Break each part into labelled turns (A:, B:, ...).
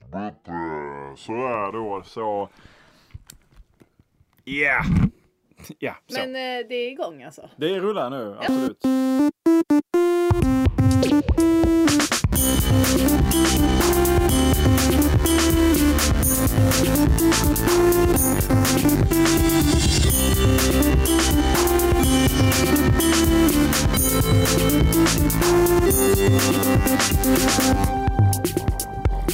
A: helvete. Eh, Så är då så. Ja. Ja, så.
B: Men eh, det är igång alltså.
A: Det rullar nu, absolut.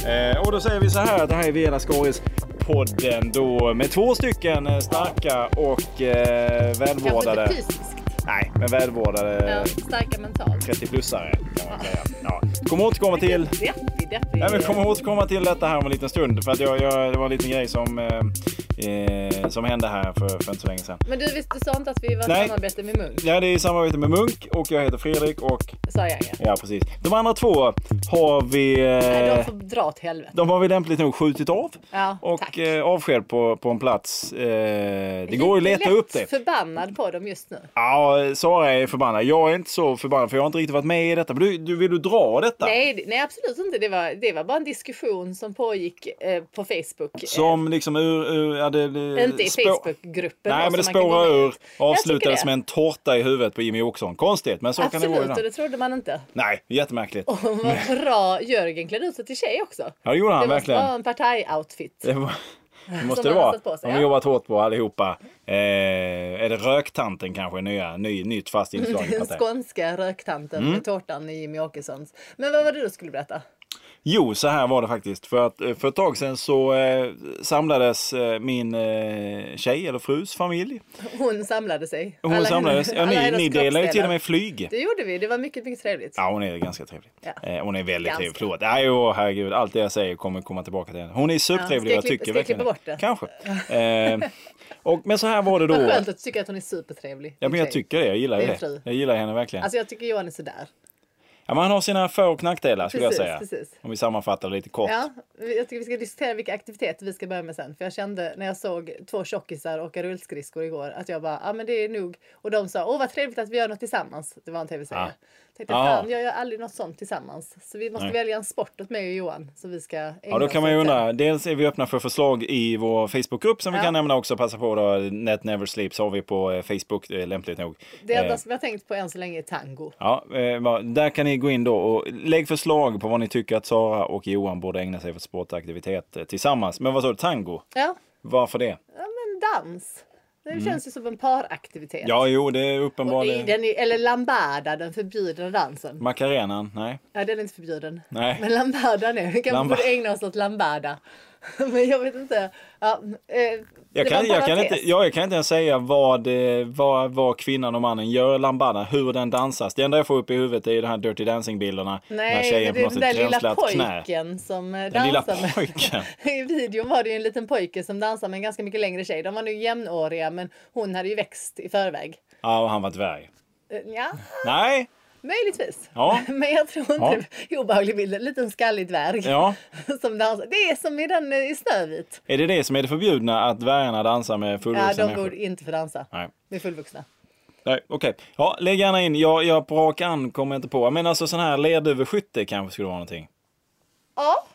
A: Eh, och då säger vi så här, det här är Vela Skaris podden då med två stycken eh, starka och eh,
B: Kanske
A: välvårdade.
B: inte fysiskt.
A: Nej, men välvårdade
B: Ja, starka mentalt.
A: 30-plussare kan man säga. Ja. Kommer återkomma till
B: Deppig, deppig.
A: Nej, men kommer återkomma till detta här om en liten stund. För att jag, jag, det var en liten grej som, eh, eh, som hände här för, för inte så länge sedan.
B: Men du visste sånt att vi var
A: Nej.
B: i samarbete med Munk?
A: Ja, det är i samarbete med Munk och jag heter Fredrik och
B: Sa jag ja.
A: ja, precis. De andra två har vi,
B: Nej, de
A: eh,
B: får dra åt helvete.
A: de har vi lämpligt nog skjutit av
B: Ja, tack.
A: och eh, avsked på, på en plats. Eh, det går ju att
B: Lite
A: leta upp det.
B: lätt förbannad på dem just nu.
A: Ja, Sara är förbannad. Jag är inte så förbannad för jag har inte riktigt varit med i detta. Men du, du vill du dra detta?
B: Nej, det- nej, absolut inte. Det var, det var bara en diskussion som pågick eh, på Facebook. Eh,
A: Som liksom ur... ur ja, det, det,
B: inte i
A: spå-
B: Facebookgruppen.
A: Nej,
B: då,
A: men det
B: som man kan gå
A: spårar
B: med.
A: ur. Avslutades
B: det.
A: med en tårta i huvudet på Jimmy Åkesson. Konstigt, men så kan det gå
B: Absolut, och
A: ibland.
B: det trodde man inte.
A: Nej, jättemärkligt.
B: Och vad bra Jörgen klädde ut sig till tjej också.
A: Ja, det gjorde
B: Det
A: han
B: måste
A: verkligen.
B: vara en partajoutfit.
A: Det, var... det måste
B: Som
A: det
B: han har
A: vara.
B: satt på sig,
A: De har
B: ja.
A: jobbat hårt på allihopa. Eh, är det röktanten kanske? Nya, ny, nytt fast inslag i
B: Den
A: Partaj.
B: skånska röktanten
A: Mm.
B: med tårtan i Jimmy Åkessons. Men vad var det du skulle berätta?
A: Jo, så här var det faktiskt. För, att, eh, för ett tag sedan så eh, samlades eh, min eh, tjej eller frus familj.
B: Hon samlade sig.
A: Hon
B: Alla
A: samlades.
B: hennes-
A: Ja,
B: alla
A: ni,
B: hennes
A: ni delade ju till och
B: kroppsdelar.
A: med flyg.
B: Det gjorde vi. Det var mycket, mycket trevligt.
A: Ja, hon är ganska trevlig.
B: Ja.
A: Eh, hon är väldigt
B: Ganska.
A: trevlig. Förlåt. Nej, åh, herregud. Allt det jag säger kommer komma tillbaka till henne. Hon är supertrevlig.
B: Ja, ska
A: jag
B: jag
A: tycker
B: klippa- ska jag
A: verkligen
B: klippa
A: Kanske. Eh, och, men så här var det då.
B: Vad skönt att du tycker att hon är supertrevlig.
A: Ja, men jag
B: Okej.
A: tycker det. Jag gillar
B: Din
A: det.
B: fru.
A: Jag gillar henne verkligen.
B: Alltså jag tycker Johan är sådär.
A: Ja, men han har sina för och nackdelar skulle
B: Precis,
A: jag säga.
B: precis.
A: Om vi sammanfattar det lite kort.
B: Ja, vi- jag tycker vi ska diskutera vilka aktiviteter vi ska börja med sen. För jag kände när jag såg två tjockisar åka rullskridskor igår att jag bara, ja ah, men det är nog. Och de sa, åh vad trevligt att vi gör något tillsammans. Det var en
A: Ah.
B: tv-serie. Tänkte,
A: Ja.
B: fan jag gör aldrig något sånt tillsammans. Så vi måste
A: Nej.
B: välja en sport åt mig och Johan. Så vi ska
A: Ja, då kan man ju undra. Dels är vi öppna för förslag i vår Facebookgrupp som vi
B: Ja.
A: kan nämna också. Passa på då. Net Never Sleeps har vi på eh, Facebook, eh, lämpligt nog.
B: Det
A: Eh,
B: enda som jag tänkt på än så länge är tango.
A: Ja, eh, va- där kan ni gå in då och lägg förslag på vad ni tycker att Sara och Johan borde ägna sig för sportaktivitet eh, tillsammans. Men vad sa du, tango?
B: Ja,
A: Varför det?
B: ja men dans. Det känns ju som en paraktivitet.
A: Mm. Ja, jo, det är
B: Och i
A: uppenbarligen...
B: den, är- eller lambada, den förbjudna dansen.
A: Macarenan? Nej.
B: Ja, den är inte förbjuden.
A: Nej.
B: Men lambada nu. Vi kanske
A: Lamba-
B: borde ägna oss åt lambada. Men jag vet inte. Ja, eh, det
A: Jag
B: var
A: kan,
B: bara
A: jag, kan
B: en
A: inte,
B: tes.
A: ja, jag kan inte ens säga vad, eh, vad, vad kvinnan och mannen gör lambada, hur den dansas. Det enda jag får upp i huvudet är ju de här Dirty Dancing-bilderna. när
B: Nej,
A: tjejen
B: men
A: på
B: det är
A: något
B: den där
A: sätt
B: lilla
A: tränslar ett knä.
B: pojken som eh,
A: Den lilla
B: dansar med...
A: pojken.
B: I videon var det ju en liten pojke som dansade med en ganska mycket längre tjej. De var nu jämnåriga, men hon hade ju växt i förväg.
A: Ja, och han var dvärg.
B: Eh, Ja,
A: Nej,
B: möjligtvis.
A: Ja.
B: Men jag tror inte
A: Ja.
B: det är obehaglig bild. En liten skallig dvärg
A: ja.
B: som dansar. Det är som i den eh, i Snövit.
A: Är det det som är det förbjudna, att dvärgarna dansar med
B: Ja,
A: fullvuxna
B: de
A: människor?
B: borde inte få dansa
A: Nej.
B: med fullvuxna.
A: Nej, okej. Ja, lägg gärna in. Jag, jag på rak an kommer jag inte på. Men alltså sån här ledöverskytte kanske skulle vara någonting.
B: Ja,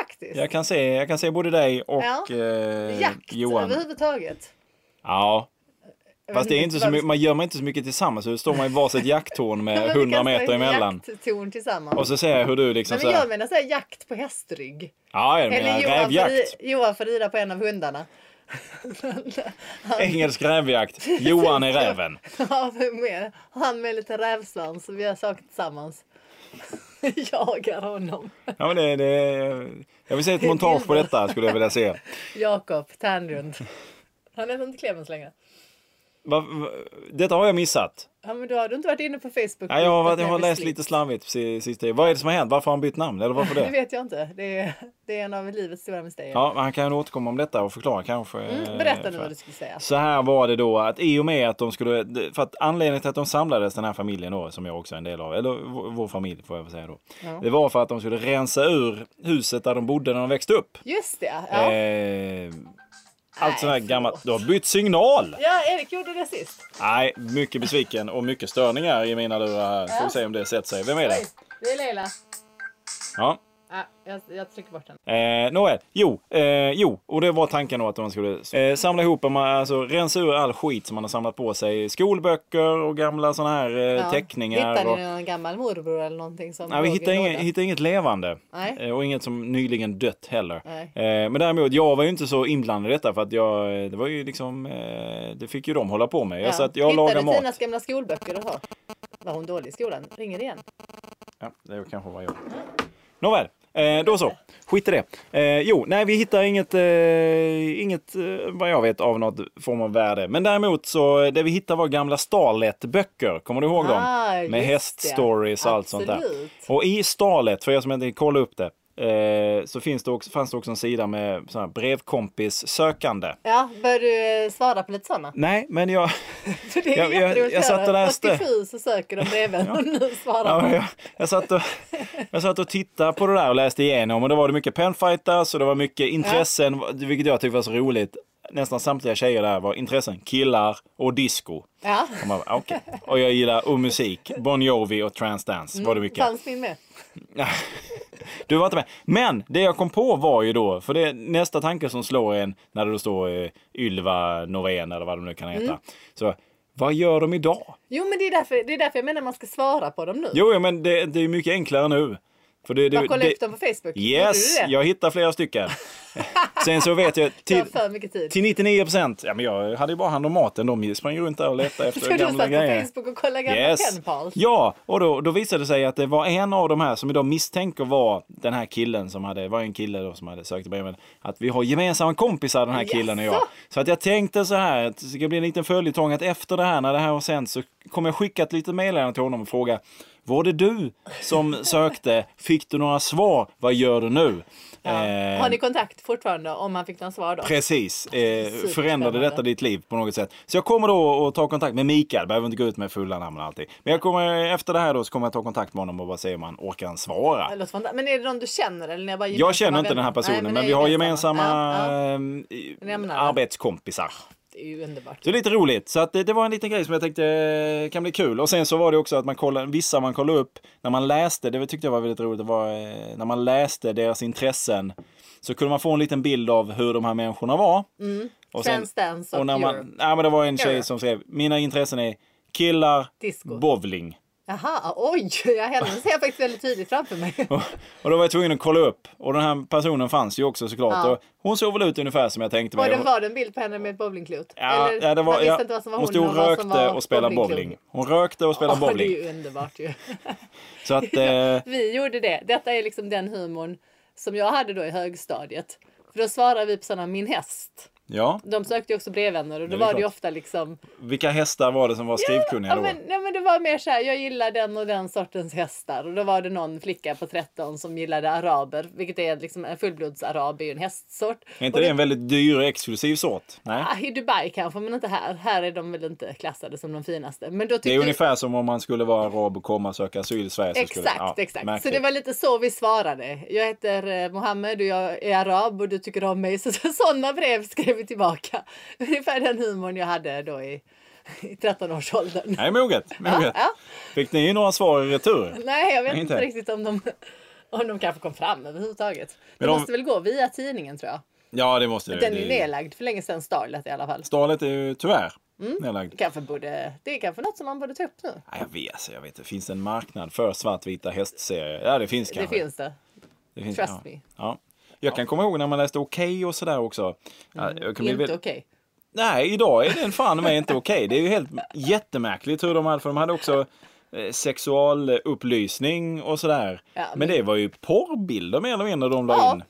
B: faktiskt.
A: Jag kan se, jag kan se både dig och
B: Ja.
A: eh,
B: Jakt
A: Johan.
B: överhuvudtaget.
A: Ja.
B: Jag vet
A: Fast det är inte så
B: vad-
A: mycket, man gör man inte så mycket tillsammans. Så står man i varsitt jakttorn
B: Ja, men
A: med
B: vi
A: 100
B: kan stå i
A: meter
B: en
A: emellan.
B: Jakttorn tillsammans.
A: Och så ser jag hur du liksom
B: Nej,
A: så
B: men jag
A: här.
B: menar så här jakt på hästrygg.
A: Ja, jag
B: Eller
A: menar
B: Johan får,
A: rävjakt.
B: ri- Johan får rida på en av hundarna.
A: Engelsk rävjakt. Johan är räven.
B: Ja, vem mer? Han med lite rävsvans så vi gör saker tillsammans. Jagar honom.
A: Ja, men det, det, jag vill se ett montage på detta skulle jag vilja se.
B: Jakob Ternlund. Han heter inte Clemens längre.
A: Va, va, detta har jag missat.
B: Ja, men då har du inte varit inne på Facebook.
A: Nej, jag har, varit- jag har
B: Clemens
A: läst
B: Lind.
A: lite slarvigt precis- sista. Vad är det som har hänt? Varför har han bytt namn? Eller varför
B: Det
A: det?
B: vet jag inte. Det är, det är en av livets stora mysterier.
A: Ja, men han kan ju återkomma om detta och förklara kanske.
B: Mm, berätta
A: eh,
B: nu
A: för-
B: vad du skulle säga.
A: Så här var det då att i och med att de skulle, för att anledningen till att de samlades den här familjen då, som jag också är en del av, eller vår- vår familj får jag väl säga då. Det var för att de skulle rensa ur huset där de bodde när de växte upp.
B: Just det, ja.
A: Eh,
B: Nej,
A: allt sånt här
B: förlåt.
A: gammalt. Du har bytt signal!
B: Ja, Erik gjorde det sist.
A: Nej, mycket besviken och mycket störningar i mina lurar här. Får vi se om det sätter sig. Vem är det?
B: Oj, det är Leila.
A: Ja.
B: Ah, jag, jag trycker bort den.
A: Eh, Nåväl, jo, eh, jo, och det var tanken då att man skulle eh, samla ihop, man, alltså rensa ur all skit som man har samlat på sig. Skolböcker och gamla sådana här eh,
B: Ja.
A: teckningar.
B: Hittar
A: och,
B: ni någon gammal morbror eller någonting som
A: Nej, vi
B: låg i
A: hittar inget,
B: lådan?
A: hittar inget levande.
B: Nej.
A: Eh, Och inget som nyligen dött heller.
B: Nej.
A: Eh, Men däremot, jag var ju inte så inblandad i detta för att jag, eh, det var ju liksom, eh, det fick ju de hålla på med. Jag satt, jag
B: Hittar
A: lagade
B: du
A: mat.
B: Tinas gamla skolböcker och så? Var hon dålig i skolan? Ringer igen.
A: Ja, det kanske var jag. Nåväl, eh, då så. Skit i det. Eh, jo, nej, vi hittar inget, eh, inget eh, vad jag vet, av något form av värde. Men däremot så, eh, det vi hittade var gamla Starlet-böcker. Kommer du ihåg dem?
B: Ah, just
A: Med
B: det.
A: häststories och allt sånt där.
B: Absolut.
A: Och i Starlet, för er som inte kollar upp det, eh, så finns det också, fanns det också en sida med sån här brevkompis-sökande.
B: Ja, bör du eh, svara på lite sådana?
A: Nej, men jag...
B: För det är
A: Jag- jag-
B: jätteroligt
A: jag
B: att
A: satt och
B: höra.
A: läste.
B: 87 så söker de bredvid och nu svarar
A: Ja, men
B: de.
A: jag, jag, satt och, jag satt och tittade på det där och läste igenom och då var det mycket penfighters och det var mycket intressen, vilket jag tyckte var så roligt. Nästan samtliga tjejer där var intressen killar och disco.
B: Ja.
A: Och, man, bara, "Ah, okej. och jag gillar och musik, Bon Jovi och transdance var det mycket.
B: Fanns min med?
A: Du var inte med. Men det jag kom på var ju då, för det är nästa tanke som slår en när det då står eh, Ylva Norén eller vad de nu kan
B: Mm.
A: heta. Så, vad gör de idag?
B: Jo, men det är, därför, det är därför jag menar man ska svara på dem nu.
A: Jo, jo, men det, det är mycket enklare nu. För det,
B: Bara
A: det,
B: kolla
A: det,
B: upp dem på Facebook.
A: Yes,
B: Gjorde du det?
A: jag hittar flera stycken. Sen så vet jag
B: Det
A: till,
B: var för mycket tid.
A: till 99 procent. Ja, men jag hade ju bara hand om maten. De sprang ju runt där och letade efter
B: Så du satt
A: gamla
B: på
A: grejer.
B: Facebook och kollade gamla
A: Yes.
B: penpals?
A: Ja, och då, då visade det sig att det var en av de här som idag misstänker var den här killen som hade, var en kille då som hade sökt breven. Att vi har gemensamma kompisar den här killen och jag.
B: Jaså?
A: Så att jag tänkte så här, att det ska bli en liten följetong att efter det här, när det här har sänts så kommer jag skicka ett litet meddelande till honom och fråga var det du som sökte? Fick du några svar? Vad gör du nu?
B: Ja.
A: Eh,
B: Har ni kontakt fortfarande om han fick någon svar då?
A: Precis. Eh, förändrade
B: Superspännande.
A: detta ditt liv på något sätt? Så jag kommer då att ta kontakt med Mikael. Behöver inte gå ut med fulla namn och allting. Men jag kommer, efter det här då så kommer jag ta kontakt med honom och bara se om han orkar svara.
B: Det låter fanta- Men är det någon du känner? Eller ni har bara gemensamma
A: Jag känner inte
B: vänner?
A: den här personen,
B: Nej,
A: men,
B: ni är
A: vi har gemensamma
B: Ja, ja.
A: eh,
B: Nämnare.
A: arbetskompisar.
B: Det är ju underbart.
A: Så det är lite roligt. Så att det, det var en liten grej som jag tänkte eh, kan bli kul. Och sen så var det också att man kollade, vissa man kollade upp när man läste, det tyckte jag var väldigt roligt, det var eh, när man läste deras intressen så kunde man få en liten bild av hur de här människorna var. Och sen-
B: Transdance
A: och
B: Mm. och
A: när
B: Europe.
A: man, nej, men det var en tjej
B: Europe.
A: som skrev, mina intressen är killar,
B: Disco.
A: bowling.
B: Jaha, oj! Jag henne ser jag faktiskt väldigt tydligt framför mig.
A: Och, och då var jag tvungen att kolla upp. Och den här personen fanns ju också såklart.
B: Ja.
A: Och hon såg väl ut ungefär som jag tänkte
B: Var
A: mig.
B: det, var det en bild på henne med ett bowlingklot?
A: Ja, ja, det var,
B: man visste
A: ja,
B: inte vad som var
A: hon
B: hon,
A: stod och
B: och vad som
A: rökte
B: var
A: och spelade
B: bowlingklot.
A: bowling. Hon rökte och spelade
B: Ja, det
A: bowling.
B: är ju underbart ju.
A: Så att, eh,
B: Vi gjorde det. Detta är liksom den humorn som jag hade då i högstadiet. För då svarade vi på sådana min häst.
A: ja.
B: De sökte ju också brevvänner och då
A: Ja, det är
B: var det ju
A: klart.
B: ofta liksom.
A: Vilka hästar var det som var skrivkunniga
B: Ja,
A: då?
B: men, nej, men det var mer så här, jag gillar den och den sortens hästar. Och då var det någon flicka på 13 som gillade araber, vilket är liksom en fullblodsarab är ju en hästsort.
A: Är
B: Och
A: inte det en väldigt dyr och exklusiv sort? Nej.
B: Ah, I Dubai kanske, men inte här. Här är de väl inte klassade som de finaste. Men då tyckte
A: Det är ungefär som om man skulle vara arab och komma och söka asyl i Sverige. så skulle-
B: Exakt,
A: ja,
B: exakt.
A: märkligt.
B: Så det var lite så vi svarade. Jag heter eh, Mohammed och jag är arab och du tycker om mig. Så, så, sådana brev skrev vi tillbaka. Ungefär den humorn jag hade då i, i 13-årsåldern.
A: Nej, moget. moget.
B: ja.
A: Fick ni några svar i retur?
B: Nej, jag vet
A: Inte.
B: inte, riktigt om de, om de kanske kom fram överhuvudtaget. Det
A: Men de-
B: måste väl gå via tidningen tror jag.
A: Ja, det måste det.
B: Den
A: det
B: är nedlagd för länge sedan, Starlet i alla fall.
A: Stalet är ju tyvärr
B: Mm.
A: nedlagd.
B: Kanske borde, det är kanske något som man borde ta upp nu.
A: Ja, jag vet, alltså, jag vet. Det finns en marknad för svartvita hästserier. Ja, det finns kanske.
B: Det finns det.
A: Det finns,
B: Trust
A: ja.
B: me.
A: Ja. Jag kan komma ihåg när man läste Okej och sådär också. Ja, jag kan bli
B: Mm. Inte
A: väl-
B: okej.
A: Nej, idag är den fan med inte okej. Det är ju helt jättemärkligt hur de hade, för de hade också eh, sexualupplysning och sådär.
B: Ja,
A: men...
B: men-
A: det var ju porrbilder mer eller mindre de la
B: Ja.
A: in.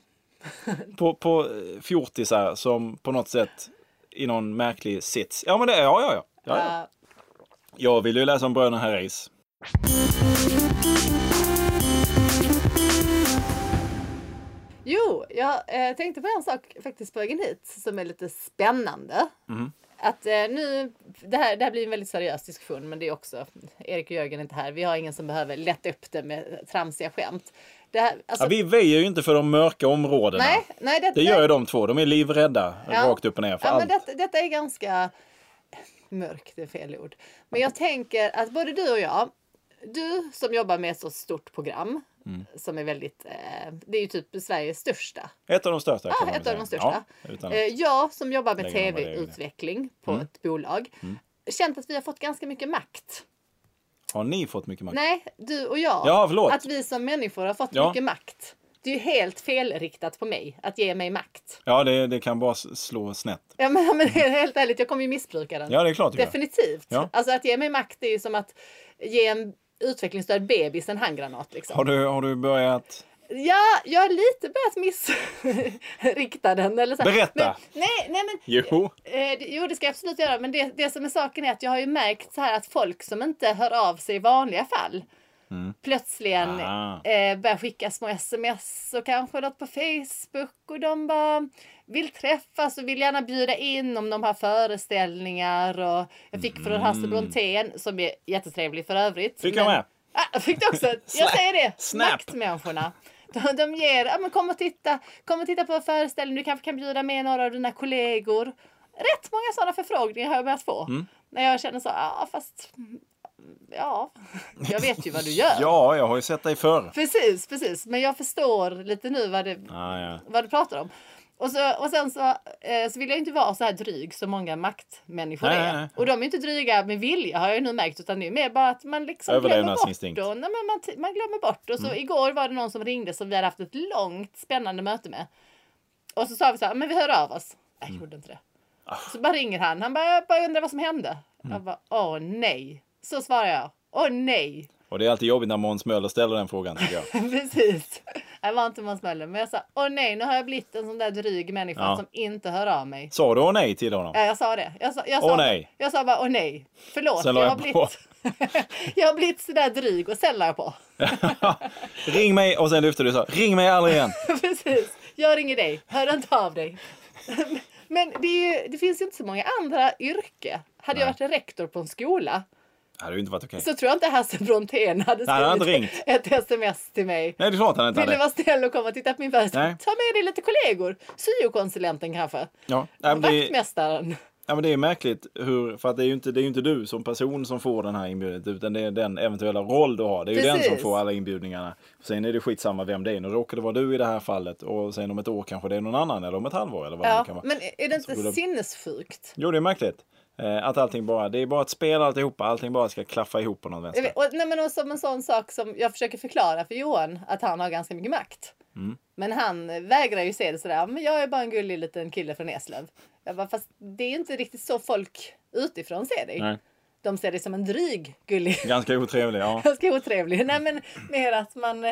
A: På, på eh, fjortisar som på något sätt i någon märklig sits. Ja, men det, ja, ja, ja. ja, ja.
B: Ja.
A: Jag vill ju läsa om bröderna Herreys.
B: Jo, jag eh, tänkte på en sak faktiskt på vägen hit som är lite spännande.
A: Mhm.
B: Att eh, nu, det här, det här blir en väldigt seriös diskussion men det är också, Erik och Jörgen är inte här, vi har ingen som behöver lätta upp det med tramsiga skämt. Det här, alltså,
A: Ja, vi väjer ju inte för de mörka områdena.
B: nej, nej, det,
A: Det gör ju de två. De är livrädda
B: Ja.
A: rakt upp och ner för
B: ja, men
A: allt.
B: detta, detta är ganska mörkt, är fel ord. Men jag tänker att både du och jag, du som jobbar med ett så stort program
A: Mm.
B: Som är väldigt, eh, det är ju typ Sveriges största.
A: Ett av de största. kan
B: Ja,
A: man
B: ett
A: väl
B: av de
A: säga.
B: största.
A: Ja, utan att-
B: Eh, jag som jobbar med
A: Lägger man vad det är i det.
B: tv-utveckling på
A: Mm.
B: ett bolag känt att vi har fått ganska mycket makt.
A: Har ni fått mycket makt?
B: Nej, du och jag.
A: Ja, förlåt.
B: att vi som människor har fått
A: Ja.
B: mycket makt. Det är ju helt felriktat på mig att ge mig makt.
A: Ja, det, det kan bara s- slå snett.
B: Ja, men, men helt ärligt, jag kommer ju missbruka den.
A: Ja, det är klart. du gör.
B: Definitivt.
A: Ja.
B: Alltså att ge mig makt det är ju som att ge en utvecklingsstörd bebis en handgranat. Liksom.
A: Har du, har du börjat?
B: Ja, jag har lite börjat missrikta den. Eller så. här.
A: Berätta.
B: Men, nej, nej, men
A: Jo.
B: Eh, det- Jo, det ska jag absolut göra. Men det, det som är saken är att jag har ju märkt så här att folk som inte hör av sig i vanliga fall plötsligen
A: Mm. Ah.
B: eh, börjar skicka små sms och kanske något på Facebook och de bara vill träffas och vill gärna bjuda in om de har föreställningar. Och jag fick från Hasse Brontén, som är jättetrevlig för övrigt.
A: Mm. Fick jag
B: men-
A: med?
B: Ah, fick du också? Jag
A: Snap.
B: säger det.
A: Snap.
B: Maktmänniskorna. De, de ger, ja, men kom och titta, kom och titta på vår föreställning, du kanske kan bjuda med några av dina kollegor. Rätt många sådana förfrågningar har jag börjat få.
A: Mm.
B: När jag känner så, ja fast, ja, jag vet ju vad du gör.
A: Ja, jag har ju sett dig förr.
B: Precis, precis, men jag förstår lite nu vad det,
A: Ah, ja.
B: vad du pratar om. Och, så, och sen så, eh, så vill jag inte vara så här dryg som många maktmänniskor
A: Nej,
B: är.
A: nej, nej.
B: Och de är ju inte dryga med vilja har jag ju nu märkt utan det är mer bara att man liksom glömmer bort.
A: Överlevnadsinstinkt. Mm.
B: Och, nej, men man, t- man glömmer bort. Och så igår var det någon som ringde som vi hade haft ett långt spännande möte med. Och så sa vi så här, men vi hör av oss. Jag
A: Mm.
B: gjorde inte det.
A: Ah.
B: Så bara ringer han. Han bara, jag bara undrar vad som hände.
A: Mm.
B: Jag bara, åh nej. Så svarar jag, åh nej.
A: Och det är alltid jobbigt när Måns Möller ställer den frågan, tycker jag.
B: Precis. Jag var inte Måns Möller, men jag sa åh nej, nu har jag blivit en sån där dryg människa
A: Ja.
B: som inte hör av mig.
A: Sa du nej till honom?
B: Ja, jag sa det. Jag sa, jag sa,
A: Åh, nej.
B: Jag sa bara åh nej. Förlåt,
A: Sen la
B: jag,
A: jag
B: har
A: på.
B: blivit, jag har blivit sådär dryg och sen la jag på.
A: Ring mig! Och sen lyfter du så. här, Ring mig aldrig igen!
B: Precis. Jag ringer dig, hör inte av dig. Men det, är ju, det finns ju inte så många andra yrke. Hade jag varit rektor på en skola
A: Det hade ju inte varit okej.
B: så tror jag inte Hasse Brontén hade
A: han hade
B: skrivit ett sms till mig.
A: Nej, det är klart han inte
B: Vill du
A: hade.
B: vara snäll och komma och titta på min föreställning?
A: Nej.
B: Ta med dig lite kollegor. Syokonsulenten kanske.
A: Ja. Nej, men det,
B: Vaktmästaren.
A: ja, men det är märkligt hur, för att det är ju inte, det är ju inte du som person som får den här inbjudan, utan det är den eventuella roll du har. Det är ju den
B: Precis.
A: som får alla inbjudningarna. Sen är det skitsamma vem det är. Nu råkar det vara du i det här fallet och sen om ett år kanske det är någon annan eller om ett halvår eller vad det
B: Ja,
A: nu kan vara.
B: men är det inte
A: Så borde-
B: sinnessjukt?
A: Jo, det är märkligt. Eh, Att allting bara, det är bara ett spel alltihopa, allting bara ska klaffa ihop på något
B: Jag
A: vänster.
B: vet- Och, nej, men och som en sån sak som jag försöker förklara för Johan att han har ganska mycket makt.
A: Mm.
B: Men han vägrar ju se det sådär. Men jag är bara en gullig liten kille från Eslöv. Jag bara, fast det är inte riktigt så folk utifrån ser dig.
A: Nej,
B: De ser dig som en dryg gullig
A: ganska otrevlig, ja.
B: ganska otrevlig. Nej men mer att man,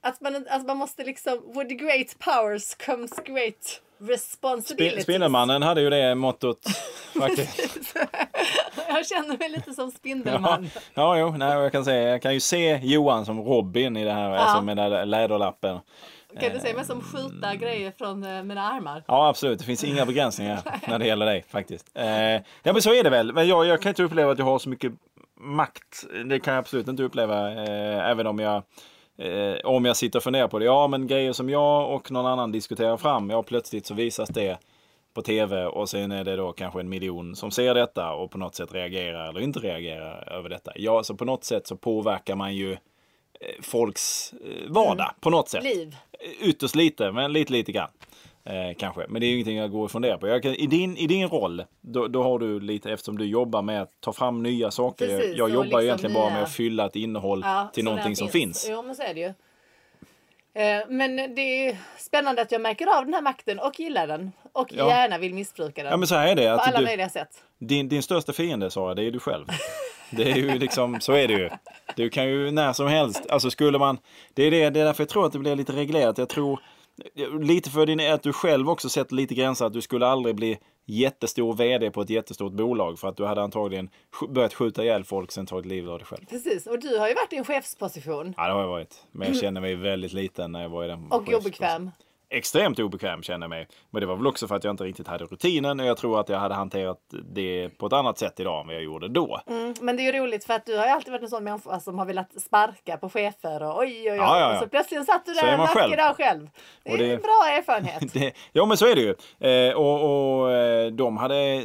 B: att man, alltså man måste liksom, with great powers comes great
A: Spin-
B: responsibilities.
A: Spindelmannen hade ju det mottot faktiskt.
B: Jag känner mig lite som
A: Ja,
B: Spindelman.
A: ja jo, nej, jag, kan säga, jag kan ju se Johan som Robin i det här, alltså med den där läderlappen.
B: Kan du se mig som skjuta grejer från eh, mina armar?
A: Mm. Ja, absolut. Det finns inga begränsningar när det gäller dig faktiskt. Eh, ja, men så är det väl. Men jag, jag kan inte uppleva att jag har så mycket makt. Det kan jag absolut inte uppleva, eh, även om jag Eh, om jag sitter och funderar på det. Ja, men grejer som jag och någon annan diskuterar fram, ja plötsligt så visas det på tv och sen är det då kanske en miljon som ser detta och på något sätt reagerar eller inte reagerar över detta. Ja, så på något sätt så påverkar man ju eh, folks eh, vardag på något sätt.
B: Mm.
A: Eh,
B: Liv.
A: Ytterst lite, men lite, lite grann. Eh, kanske, men det är ju ingenting jag går och funderar på. Jag kan, i, din, I din roll, då, då har du lite, eftersom du jobbar med att ta fram nya saker.
B: Precis,
A: jag
B: och
A: jobbar
B: liksom
A: egentligen bara med
B: nya-
A: att fylla ett innehåll
B: Ja,
A: till
B: så
A: någonting
B: där
A: som finns.
B: Jo men så är det ju. Eh, Men det är spännande att jag märker av den här makten och gillar den. Och
A: Ja.
B: gärna vill missbruka den.
A: Ja men så här är det.
B: på
A: Att
B: alla
A: du,
B: möjliga sätt.
A: din, din största fiende Sara, det är du själv. Det är ju liksom, så är det ju. Du kan ju när som helst, alltså skulle man, det är, det, det är därför jag tror att det blir lite reglerat. Jag tror, lite för din, att du själv också sätter lite gränser, att du skulle aldrig bli jättestor vd på ett jättestort bolag för att du hade antagligen sk- börjat skjuta ihjäl folk sen tagit livet av dig själv.
B: Precis, och du har ju varit i en chefsposition.
A: Ja, det har jag varit. Men jag känner mig väldigt liten när jag var i den.
B: Och
A: chefsposten.
B: obekväm.
A: extremt obekväm känner jag mig. Men det var väl också för att jag inte riktigt hade rutinen och jag tror att jag hade hanterat det på ett annat sätt idag än vad jag gjorde då.
B: Mm, men det är ju roligt för att du har ju alltid varit en sån människa som har velat sparka på chefer och oj oj
A: Ja,
B: oj.
A: ja, ja.
B: Och så plötsligt satt du
A: Så
B: där
A: är
B: en
A: man
B: vacker
A: själv.
B: dag själv. Det är
A: Och det-
B: en bra erfarenhet.
A: Det, ja men så är det ju. Eh, och och eh, de hade eh,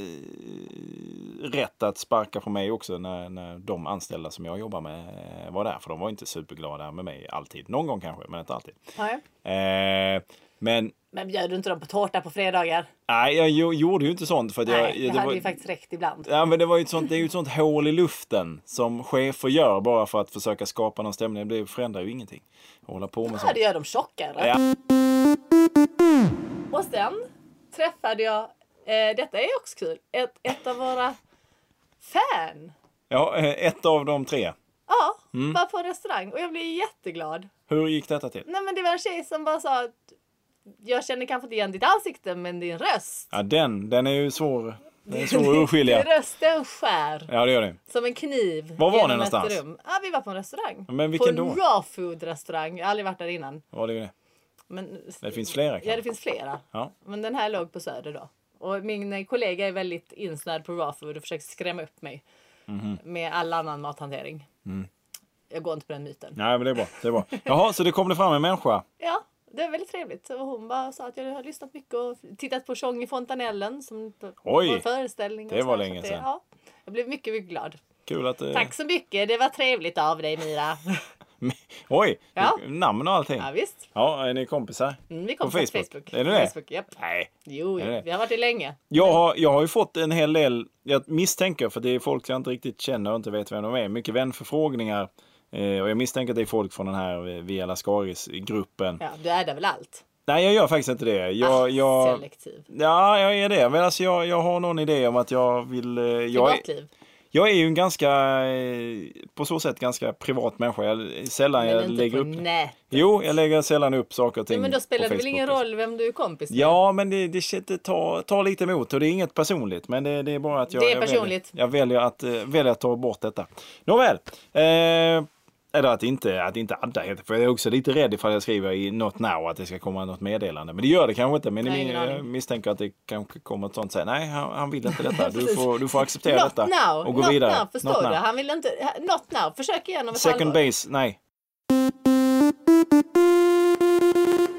A: rätt att sparka på mig också när, när de anställda som jag jobbar med eh, var där. För de var inte superglada med mig alltid. Någon gång kanske, men inte alltid.
B: Nej.
A: Eh, men
B: Men bjöd du inte dem på tårta på fredagar?
A: nej, jag jo- gjorde ju inte sånt. För att jag,
B: Nej, det,
A: det
B: hade
A: var-
B: ju faktiskt räckt ibland.
A: Ja, men det, var ju ett sånt, det är ju ett sånt hål i luften som chefer gör bara för att försöka skapa någon stämning. Det förändrar ju ingenting. Att Hålla på med
B: Ja,
A: sånt.
B: det gör dem tjockare.
A: Ja.
B: Och sen träffade jag, eh, detta är också kul, ett, ett av våra fan.
A: Ja, eh, ett av de tre.
B: Ja,
A: Mm.
B: var på restaurang och jag blev jätteglad.
A: Hur gick detta till?
B: Nej men det var en tjej som bara sa att jag känner kanske inte igen ditt ansikte men din röst.
A: Ja, den, den är ju svår. Den är svår att
B: Din
A: urskilja.
B: rösten skär
A: Ja, det gör den.
B: som en kniv.
A: Var var ni
B: genom ett
A: någonstans?
B: rum. Ja, vi var på en restaurang.
A: Men vilken
B: på en
A: då?
B: raw food restaurang. Jag har aldrig varit där innan.
A: Var ligger det?
B: Men,
A: Det finns flera kanske?
B: Ja, det finns flera.
A: Ja.
B: Men den här låg på Söder då. Och min eh, kollega är väldigt insnöad på raw food och försöker skrämma upp mig
A: Mhm.
B: med all annan mathantering.
A: Mm.
B: Jag går inte på den myten.
A: Nej, men det är bra. Det är bra. Jaha, så det kom det fram en människa.
B: Ja, det är väldigt trevligt. Och hon bara sa att jag har lyssnat mycket och tittat på Sång i fontanellen som
A: Oj,
B: var en föreställning. och
A: det
B: så.
A: var
B: Så
A: länge
B: att det-
A: sedan.
B: Ja, jag blev mycket, mycket glad.
A: Kul att... eh,
B: Tack så mycket. Det var trevligt av dig Mira.
A: Oj!
B: Ja.
A: Namn och allting.
B: Ja, visst.
A: Ja, är ni kompisar?
B: Mm, vi kom
A: På
B: från
A: Facebook.
B: Facebook.
A: Är det det?
B: Facebook, japp.
A: Nej.
B: Jo,
A: Är det?
B: jo, vi har varit det länge.
A: Jag har, jag har ju fått en hel del, jag misstänker, för det är folk jag inte riktigt känner och inte vet vem de är, mycket vänförfrågningar. Eh, och jag misstänker att det är folk från den här eh, Via Lascaris-gruppen.
B: Ja, du är där väl allt?
A: Nej, jag gör faktiskt inte det. Jag,
B: Ah,
A: jag,
B: Selektiv.
A: ja, jag är det. Men alltså, jag, jag har någon idé om att jag vill... eh, Jag, är-
B: Privatliv.
A: jag är ju en ganska, eh, på så sätt ganska privat människa. Jag, sällan
B: Men
A: jag
B: inte
A: lägger
B: på
A: upp...
B: nät.
A: Jo, jag lägger sällan upp saker och ting
B: Ja, men då spelar
A: på
B: det väl
A: Facebook
B: ingen
A: och så.
B: roll vem du är kompis med?
A: Ja, men det, det shit, det tar, tar lite emot och det är inget personligt. Men det, det är bara att jag,
B: Det är
A: jag,
B: personligt.
A: Väljer, jag väljer, att, eh, väljer att ta bort detta. Nåväl. Eh, eller att inte, att inte adda heter För jag är också lite rädd ifall jag skriver i not now att det ska komma något meddelande. Men det gör det kanske inte. Men
B: Nej, ingen
A: jag
B: aning.
A: misstänker att det kanske kommer ett sånt säga. Nej, han, han vill inte detta. Du
B: Precis.
A: får, du får acceptera
B: Not
A: detta.
B: now.
A: Och gå
B: Not
A: vidare.
B: now. Förstår
A: Not
B: du?
A: now.
B: Han vill inte... Not now. Försök igen om ett
A: Second
B: halvår.
A: base, nej.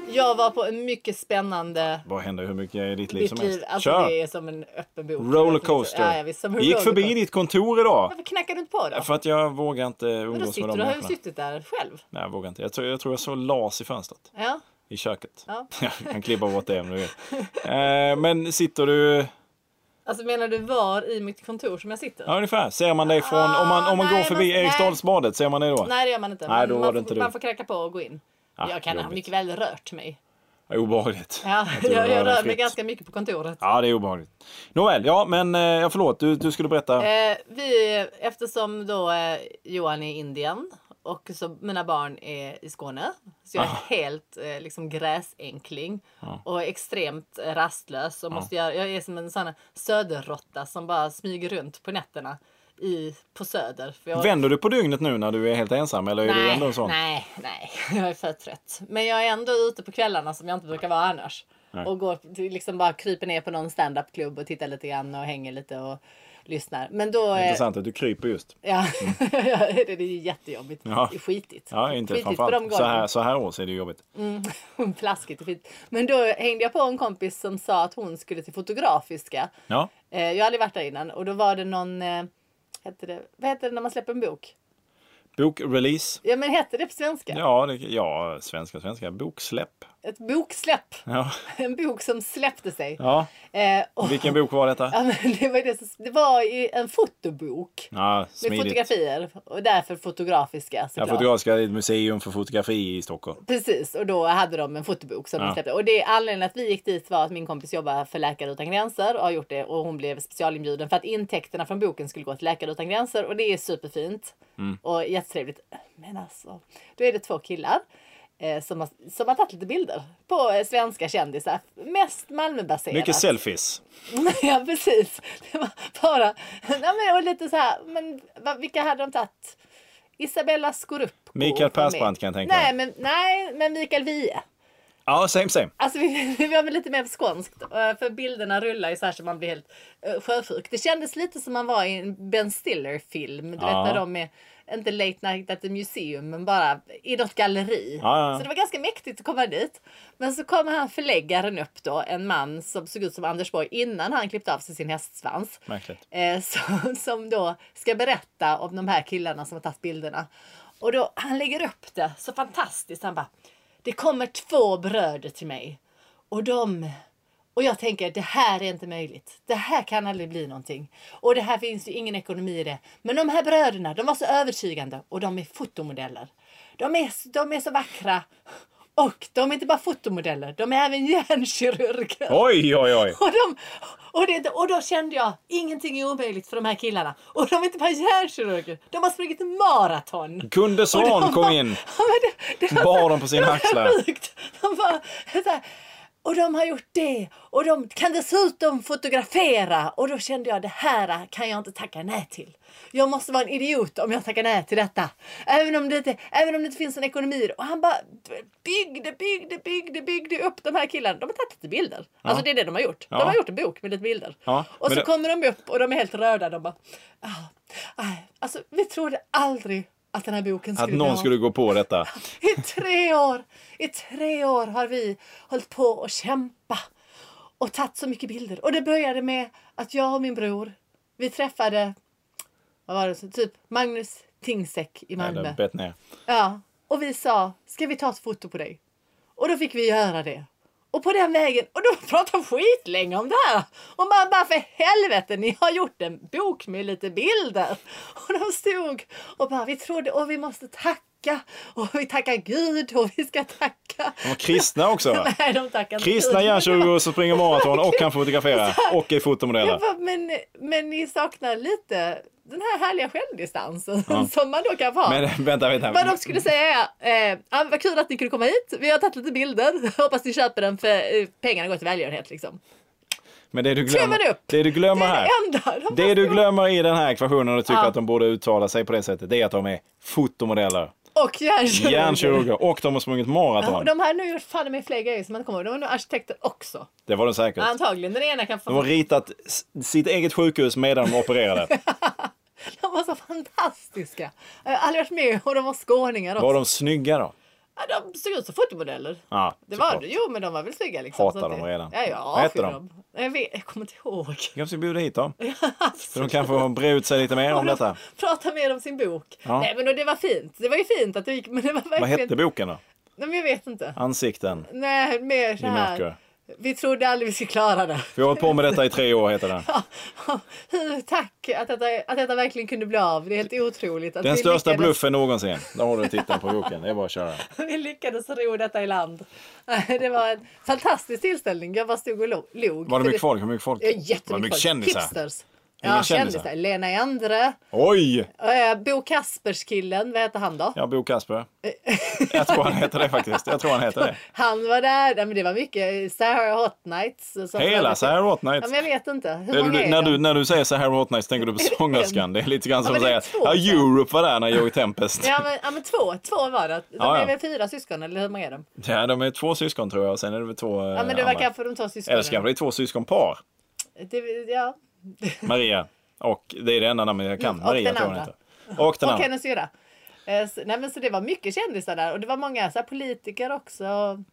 B: Jag var på en mycket spännande
A: Vad händer hur mycket i ditt liv
B: Mitt
A: som
B: liv,
A: helst?
B: alltså
A: Kör!
B: det är som en öppen bok.
A: Rollercoaster.
B: Ja, ja, visst, som en
A: Jag gick förbi
B: rollercoaster.
A: ditt kontor idag.
B: Varför knackar du inte på då?
A: För att jag vågar inte
B: Men då
A: umgås med
B: sitter
A: de
B: du, har ju
A: människorna.
B: suttit där själv.
A: Nej, jag vågar inte. Jag tror jag, tror jag såg LAS i fönstret.
B: Ja,
A: I köket.
B: ja.
A: Jag kan klippa bort det om du vill. Eh, men sitter du...
B: Alltså menar du var i mitt kontor som jag sitter?
A: Ja, ungefär. Ser man dig från... Om man, om man
B: Ah,
A: går
B: nej,
A: förbi
B: men-
A: Eriksdalsbadet, ser man dig då?
B: Nej det gör man inte.
A: Nej,
B: Man-
A: då var
B: man,
A: det
B: får-
A: inte du.
B: man får knacka på och gå in.
A: Ah,
B: jag kan ha
A: jobbigt.
B: mycket väl rört mig.
A: Nej. Obehagligt.
B: Ja,
A: Att du rör
B: jag, jag
A: dig
B: rör mig
A: fritt.
B: ganska mycket på kontoret.
A: Ja, det är obehagligt. Nåväl, ja, men eh, jag förlåt. Du, du skulle berätta.
B: Eh, vi, eftersom då eh, Johan är i Indien och så mina barn är i Skåne. Så jag är
A: Ah.
B: helt eh, liksom gräsänkling och extremt eh, rastlös. Och måste göra, jag är som en sån här söderrotta som bara smyger runt på nätterna i, på söder. För jag,
A: Vänder du på dygnet nu när du är helt ensam? Eller är du ändå en sån?
B: nej, nej, jag är för trött. Men jag är ändå ute på kvällarna som jag inte brukar vara annars.
A: Nej.
B: Och går, liksom bara kryper ner på någon standup-klubb och tittar lite grann och hänger lite och lyssnar. Men då... eh,
A: Intressant att du kryper just.
B: Ja, ja, det är ju jättejobbigt.
A: Mm. Ja.
B: Det är skitigt.
A: Ja, inte
B: skitigt på de
A: framförallt. Så här,
B: golven.
A: så här års är det jobbigt.
B: Mm, Plaskigt och fint. Men då hängde jag på en kompis som sa att hon skulle till Fotografiska.
A: Ja.
B: Eh, Jag har aldrig varit där innan och då var det någon... eh, Hette det, vad heter det när man släpper en bok?
A: Bokrelease.
B: Ja men hette det på svenska?
A: Ja, det, ja, svenska, svenska. Boksläpp.
B: Ett boksläpp.
A: Ja.
B: En bok som släppte sig.
A: ja.
B: Eh, och,
A: Vilken bok var detta?
B: ja, men det, var ju det, som- det var ju en fotobok
A: Ja,
B: med
A: smidigt.
B: fotografier och därför fotografiska
A: Ja,
B: såklart.
A: Fotografiska är ett museum för fotografi i Stockholm.
B: Precis, och då hade de en fotobok som
A: Ja.
B: de släppte. Och det anledningen att vi gick dit var att min kompis jobbar för Läkare Utan Gränser och har gjort det. Och hon blev specialinbjuden för att intäkterna från boken skulle gå till Läkare Utan Gränser. Och det är superfint
A: Mm.
B: och jättetrevligt. Men alltså, då är det två killar eh, som, har, som har tagit lite bilder på eh, svenska kändisar. Mest Malmöbaserat.
A: Mycket selfies.
B: Ja precis. Det var bara, nej men och lite så här, men vad- vilka hade de tagit? Isabella Scorupco.
A: Mikael
B: var med.
A: Persbrandt kan jag tänka
B: nej, men, nej, men Mikael Wiehe.
A: Ja, same same.
B: Alltså vi, vi var väl lite mer på skånskt. eh, För bilderna rullar ju så här så man blir helt eh, sjösjuk. Det kändes lite som man var i en Ben Stiller film. Du
A: Ja.
B: vet när de är inte late night at the museum, men bara i något galleri.
A: Ja, ja.
B: Så det var ganska mäktigt att komma dit. Men så kom han förläggaren upp då, en man som såg ut som Anders Borg innan han klippte av sig sin hästsvans.
A: Märkligt.
B: Eh, som, som då ska berätta om de här killarna som har tagit bilderna. Och då, han lägger upp det så fantastiskt. Han bara, det kommer två bröder till mig. Och de... Och jag tänker, det här är inte möjligt. Det här kan aldrig bli någonting. Och det här finns ju ingen ekonomi i det. Men de här bröderna, de var så övertygande och de är fotomodeller. De är, s- de är så vackra. Och de är inte bara fotomodeller, de är även hjärnkirurger.
A: Oj, oj, oj.
B: Och, de, och, det, och då kände jag, ingenting är omöjligt för de här killarna. Och de är inte bara hjärnkirurger, de har sprungit maraton.
A: Kunde
B: Och de
A: Svan kom
B: var-
A: in.
B: Ja, men det, det var
A: Bar
B: så-
A: dem på sina
B: det var
A: axlar.
B: Sjukt. De var så här, och de har gjort det och de kan dessutom fotografera och då kände jag det här kan jag inte tacka nej till. Jag måste vara en idiot om jag tackar nej till detta. Även om det inte, även om det inte finns en ekonomi i det. Och han bara byggde, byggde, byggde, byggde upp de här killarna. De har tagit lite bilder. Alltså det är det de har gjort.
A: Ja.
B: De har gjort en bok med lite bilder.
A: Ja,
B: och så
A: men det-
B: kommer de upp och de är helt röda. De bara, ah, nej, alltså vi trodde aldrig att den här boken
A: Att
B: skulle bli
A: någon
B: av."
A: skulle gå på detta.
B: I tre år, i tre år har vi hållit på och kämpa och tagit så mycket bilder. Och det började med att jag och min bror, vi träffade, vad var det, så typ Magnus Tingsek i Malmö.
A: Eller bett ner.
B: Ja, och vi sa, ska vi ta ett foto på dig? Och då fick vi göra det. Och på den vägen, och då pratade skit länge om det här. Och man bara, för helvete, ni har gjort en bok med lite bilder. Och de stod och bara, vi trodde, och vi måste tacka. Och vi tackar Gud och vi ska tacka.
A: De var kristna också va?
B: Nej, de tackar inte Gud,
A: Kristna
B: men det var-
A: hjärnkirurger som springer maraton och kan fotografera och är fotomodeller.
B: Jag bara, men, men ni saknar lite den här härliga självdistansen som man då kan få ha.
A: Men vänta, vänta.
B: Vad de skulle säga är, eh, ah, vad kul att ni kunde komma hit. Vi har tagit lite bilder. Hoppas ni köper den för eh, pengarna går till välgörenhet liksom.
A: Men det du
B: Tummen
A: glömmer,
B: upp.
A: det du glömmer
B: det är
A: här.
B: det enda. De
A: Det
B: bara-
A: du glömmer i den här ekvationen och tycker
B: Ja.
A: att de borde uttala sig på det sättet, det är att de är fotomodeller,
B: Och hjärnkirurger.
A: hjärnkirurger och de har sprungit
B: Ja, och
A: maraton.
B: de här har nu gjort fan med fler grejer som man inte kommer ihåg. De var nog arkitekter också.
A: Det var de säkert.
B: Antagligen. Den ena kan
A: De har
B: få...
A: ritat s- sitt eget sjukhus medan de opererade.
B: De var så fantastiska. Jag har aldrig varit med och de var skåningar också.
A: Var de snygga då?
B: Ja, de såg ut som fotomodeller.
A: Ja,
B: Det var
A: såklart.
B: det. Jo, men de var väl snygga liksom.
A: Hatar
B: så att
A: dem
B: det-
A: redan.
B: Ja, ja,
A: Vad heter
B: avskyr
A: de?
B: dem. Jag, vet, jag kommer inte ihåg.
A: Vi kanske ska bjuda hit dem. Så de kan få bre ut sig lite mer om detta.
B: Prata mer om sin bok.
A: Ja.
B: Nej men då, det var fint. Det var ju fint att det gick men det var verkligen...
A: Vad hette boken då?
B: Nej men jag vet inte.
A: Ansikten
B: Nej mer så
A: i mörker.
B: här. Vi trodde aldrig vi skulle klara det.
A: Vi har hållit på med detta i tre år heter den.
B: Hur- Tack att detta, att detta verkligen kunde bli av. Det är helt otroligt. Att
A: Den
B: vi
A: största
B: lyckades,
A: bluffen någonsin. Där har du titeln på boken. Det är bara att köra.
B: Vi lyckades ro detta i land. Det var en fantastisk tillställning. Jag bara stod och lo- log.
A: Var det
B: För
A: mycket folk? Hur mycket folk?
B: Ja,
A: Var det
B: Jättemycket
A: mycket
B: folk.
A: kändisar?
B: Hipsters.
A: Inga
B: Ja,
A: kändisar?
B: kändisar. Lena Endre.
A: Oj!
B: Eh, Bo Kaspers-killen, vad heter han då?
A: Ja, Bo Kasper. Jag tror han heter det faktiskt. Jag tror han heter det.
B: Han var där. Nej, men det var mycket eh, Sarah Hot Nights. som-
A: Hela Sahara Hot Nights.
B: Ja, men jag vet inte. Hur
A: Det är
B: många
A: du,
B: är
A: när,
B: de?
A: du, när du säger Sahara Hot Nights tänker du på sångerskan. Det är lite grann som
B: Ja,
A: att
B: men det
A: säga
B: är två
A: ja,
B: sen.
A: Europe var där när Joey Tempest.
B: Ja men, ja, men två, två var det. De
A: Ja, ja.
B: är väl fyra syskon eller hur många är de?
A: Ja, de är två syskon tror jag. och Sen är det väl två eh,
B: Ja men det verkar för de två
A: Eller så kanske
B: syskonen.
A: det är två syskonpar.
B: Det, ja.
A: Maria. Och det är det enda namnet jag kan.
B: och
A: Maria
B: den
A: tror jag
B: andra.
A: inte. Och den
B: Och
A: andra.
B: hennes syrra. Eh, så- Nej men så det var mycket kändisar där och det var många så här, politiker också.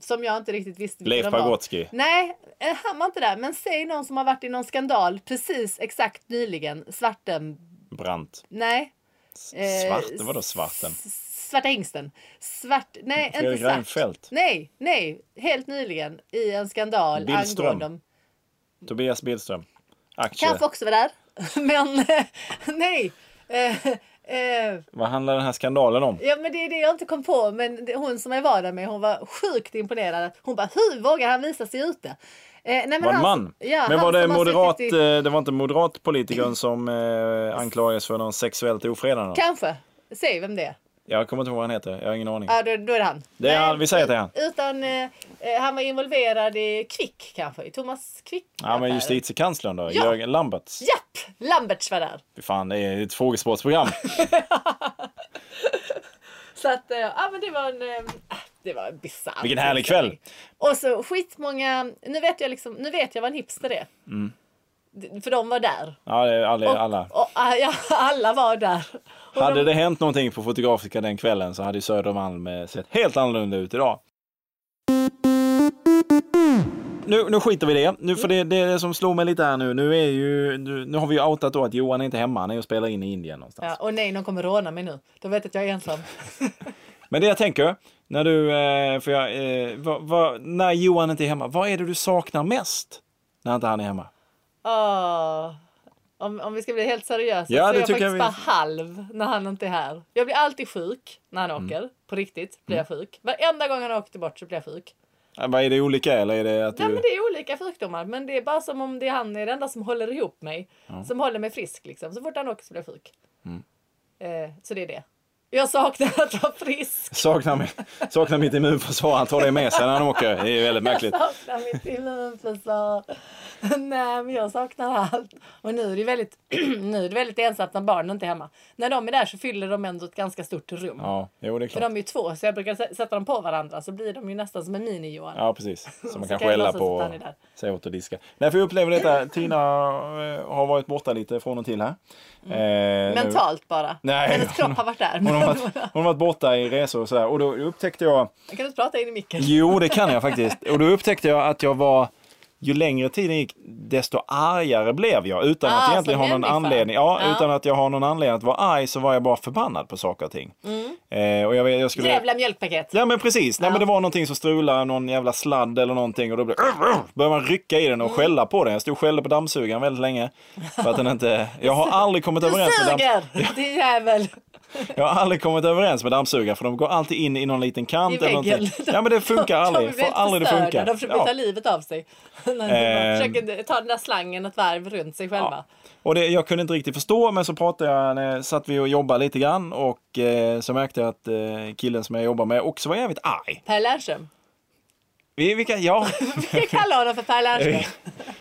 B: Som jag inte riktigt visste vilka
A: Leif
B: de var.
A: Pagrotsky.
B: Nej, eh, han var inte där. Men säg någon som har varit i någon skandal precis exakt nyligen. Svarten...
A: Brant.
B: Nej. Eh,
A: Svart? Vadå svarten?
B: S- Svarta hingsten. Svart, nej, inte
A: Fredrik
B: svart.
A: Reinfeldt.
B: Nej, nej, helt nyligen i en skandal
A: Billström.
B: angående dem.
A: Tobias Billström. Aktie.
B: Kanske också var där. Men eh, nej. Eh, eh,
A: Vad handlar den här skandalen om?
B: ja men det är det jag inte kom på. Men det, hon som jag var där med hon var sjukt imponerad. Hon bara hur vågar han visa sig ute? Eh, nej, men
A: Var det
B: han-
A: man?
B: Ja,
A: men
B: han
A: var det,
B: som har
A: moderat,
B: suttit
A: eh, det var inte moderatpolitikern som eh, anklagades för någon sexuellt ofredande?
B: Kanske. Säg vem det är.
A: Jag kommer inte ihåg vad han heter. Jag har ingen aning.
B: Ja, då, då är det han.
A: Det är han. Vi säger att det är han.
B: Utan eh, eh, han var involverad i Kvick kanske. I Thomas Kvick.
A: Ja, men justitiekanslern då?
B: Ja.
A: Jörgen Lamberts?
B: Japp! Lamberts var där.
A: Fy Fan, det är ett frågesportsprogram.
B: Så att, eh, ja men det var en... eh, Det var en bisarr
A: Vilken härlig
B: tillställning.
A: kväll. Mm.
B: Och så skitmånga... Nu vet jag liksom, nu vet jag vad en hipster är. För de var där.
A: Ja, det är alla.
B: Och-
A: alla.
B: Och, ah, ja, alla var där. Och
A: Hade
B: de,
A: det hänt någonting på Fotografiska den kvällen så hade ju Södermalm eh, sett helt annorlunda ut idag. Nu, nu skiter vi i det. Nu, för det, det är det som slog mig lite här nu. Nu, är ju, nu, nu har vi ju outat då att Johan är inte hemma. Han är och spelar in i Indien någonstans.
B: ja, och nej, någon kommer råna mig nu. De vet att jag är ensam.
A: Men det jag tänker, när du, eh, för jag, eh, vad, vad, när Johan inte är hemma, vad är det du saknar mest när inte han är hemma?
B: Åh. Ah, Om, om vi ska bli helt seriösa
A: Ja,
B: så
A: det
B: är
A: tycker
B: jag faktiskt
A: jag vi-
B: bara halv när han inte är här. Jag blir alltid sjuk när
A: Mm.
B: han åker. På riktigt blir jag sjuk. Varenda gång han åkte bort så blir jag sjuk.
A: Eh, Vad är det olika eller är det att
B: Nej, men
A: du...
B: det är olika sjukdomar men det är bara som om det är han är den enda som håller ihop mig. Som håller mig frisk liksom. Så fort han åker så blir jag sjuk.
A: Mm.
B: Eh, så det är det. Jag saknar att vara frisk.
A: Saknar, mig, saknar mitt immunförsvar, han tar det med sig när han åker. Det är väldigt märkligt.
B: Jag saknar mitt immunförsvar. Nej, men jag saknar allt. Och nu är det väldigt, nu är det väldigt ensamt när barnen inte är hemma. När de är där så fyller de ändå ett ganska stort rum.
A: Ja, jo det är
B: För
A: klart.
B: de är ju två, så jag brukar sä- sätta dem på varandra så blir de ju nästan som en mini-Johan.
A: Ja, precis. Som man
B: Så
A: kan
B: kan jag
A: skälla
B: låtsas
A: på
B: att han
A: och
B: är där.
A: säga åt att diska. Nej, för jag upplever detta. Tina eh, har varit borta lite från och till här.
B: Mm.
A: Eh, nu.
B: Mentalt bara.
A: Nej,
B: Hennes
A: hon-
B: kropp har varit där.
A: Hon har, varit, hon har varit borta i resor och så här. Och då upptäckte jag
B: Kan du inte prata in i micken?
A: Jo, det kan jag faktiskt. Och då upptäckte jag att jag var, ju längre tiden gick, desto argare blev jag. Utan
B: Ah,
A: att egentligen ha någon
B: som människa.
A: anledning. Ja,
B: Ja.
A: utan att jag har någon anledning att vara arg så var jag bara förbannad på saker och ting. Eh, och jag, vet- jag skulle...
B: Mm. Jävla mjölkpaket.
A: Ja men precis, Nej, men det var någonting som strulade, någon jävla sladd eller någonting och då blev började man rycka i
B: Mm.
A: den och skälla på den. Jag stod och skällde på dammsugaren väldigt länge. För att den inte... Jag har aldrig kommit
B: Du
A: överens med dammsugaren.
B: suger! Din jävel!
A: Jag har aldrig kommit överens med dammsugare för de går alltid in i någon liten kant
B: I
A: eller någonting.
B: väggen.
A: Ja men det funkar aldrig.
B: De
A: får
B: blir
A: aldrig det
B: förstörda.
A: funkar.
B: De försöker
A: Ja.
B: ta livet av sig. När de
A: Ehm.
B: försöker ta den där slangen ett varv runt sig själva.
A: Och det, jag kunde inte riktigt förstå men så pratade jag, när- satt vi och jobbade lite grann och eh, så märkte jag att eh, killen som jag jobbar med också var jävligt arg.
B: Per Lernström.
A: Vi, vi kan, ja,
B: Vi kallar honom för Per Lernström.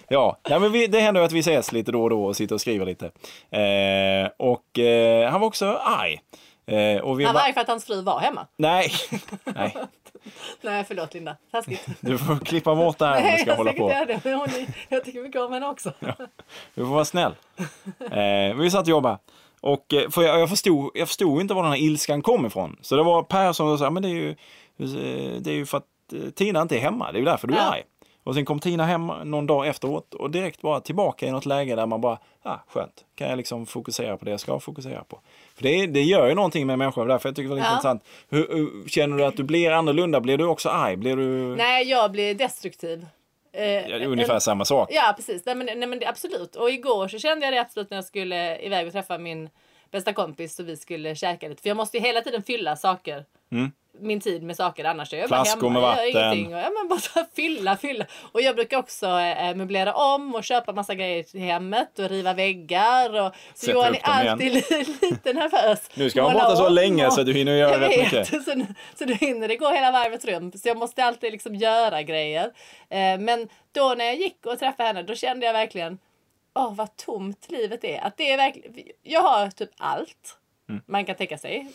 A: ja. ja men vi, det händer ju att vi ses lite då och då och sitter och skriver lite. Eh, och eh, han var också arg. Eh, och vi
B: Han var arg för att hans fru var hemma.
A: Nej, nej,
B: Nej, förlåt Linda. Taskigt.
A: du får klippa bort det här om du
B: Nej, jag
A: ska
B: ska
A: hålla
B: inte
A: på.
B: göra det. Men hon är, jag tycker mycket om henne också.
A: Du får vara snäll. Eh, vi satt och jobbade. Och, eh, för jag, jag, förstod, jag förstod inte var den här ilskan kom ifrån. Så det var Per som sa, men det är ju, eh, det är ju för att eh, Tina inte är hemma. Det är ju därför du är
B: Ja.
A: arg. Och sen kom Tina hem någon dag efteråt och direkt bara tillbaka i något läge där man bara, ah, skönt, kan jag liksom fokusera på det jag ska fokusera på. För det, är- det gör ju någonting med människor, därför jag tycker det är väldigt
B: Ja.
A: intressant. Hur, hur, känner du att du blir annorlunda? Blir du också arg? Blir du...
B: Nej, jag blir destruktiv. Eh,
A: Ja, det är ungefär samma sak.
B: Ja, precis. Nej, men, nej, men det, absolut. Och igår så kände jag det absolut när jag skulle iväg och träffa min bästa kompis och vi skulle käka lite. För jag måste ju hela tiden fylla saker. Min tid med saker annars är jag bara
A: Mm. Flaskor
B: hemma.
A: med
B: Jag gör
A: vatten.
B: ingenting. Och, ja, men bara så här, fylla, fylla. Och jag brukar också eh, möblera om och köpa massa grejer till hemmet och riva väggar. Och, så
A: Sätta
B: Johan
A: upp
B: är
A: dem igen.
B: alltid lite nervös.
A: Nu ska man
B: Måla
A: borta så
B: om
A: länge
B: och-
A: så att du hinner göra
B: jag
A: rätt
B: vet.
A: mycket.
B: Så, nu- så då hinner det gå hela varvet runt. Så jag måste alltid liksom göra grejer. Eh, men då när jag gick och träffade henne, då kände jag verkligen Åh, vad tomt livet är. Att det är verkligen, jag har typ allt
A: Mm.
B: man kan tänka sig.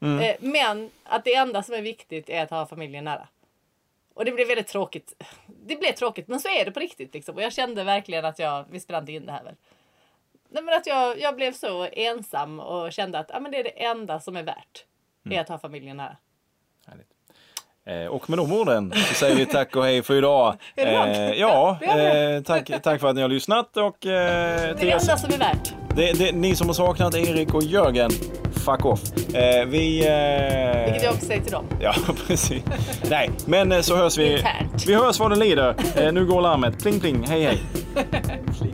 B: Eh, men att det enda som är viktigt är att ha familjen nära. Och det blev väldigt tråkigt. Det blev tråkigt, men så är det på riktigt. Liksom. Och jag kände verkligen att jag, vi spelade inte in det här väl. Nej, men att jag, jag blev så ensam och kände att ah, men det är det enda som är värt. Är att ha familjen nära.
A: Härligt. Eh, Och med de orden så säger vi tack och hej för idag.
B: Är det
A: Eh,
B: sant?
A: ja,
B: Ja, det är
A: eh, tack, tack för att ni har lyssnat och eh,
B: Det är
A: till
B: det
A: er,
B: enda som är värt.
A: det, det, ni som har saknat Erik och Jörgen, fuck off. Eh, vi... eh,
B: Vilket jag också säger till dem.
A: Ja, precis. Nej, men eh, så hörs vi.
B: Internt.
A: Vi hörs vad det lider. Eh, nu går larmet. Pling, pling. Hej, hej.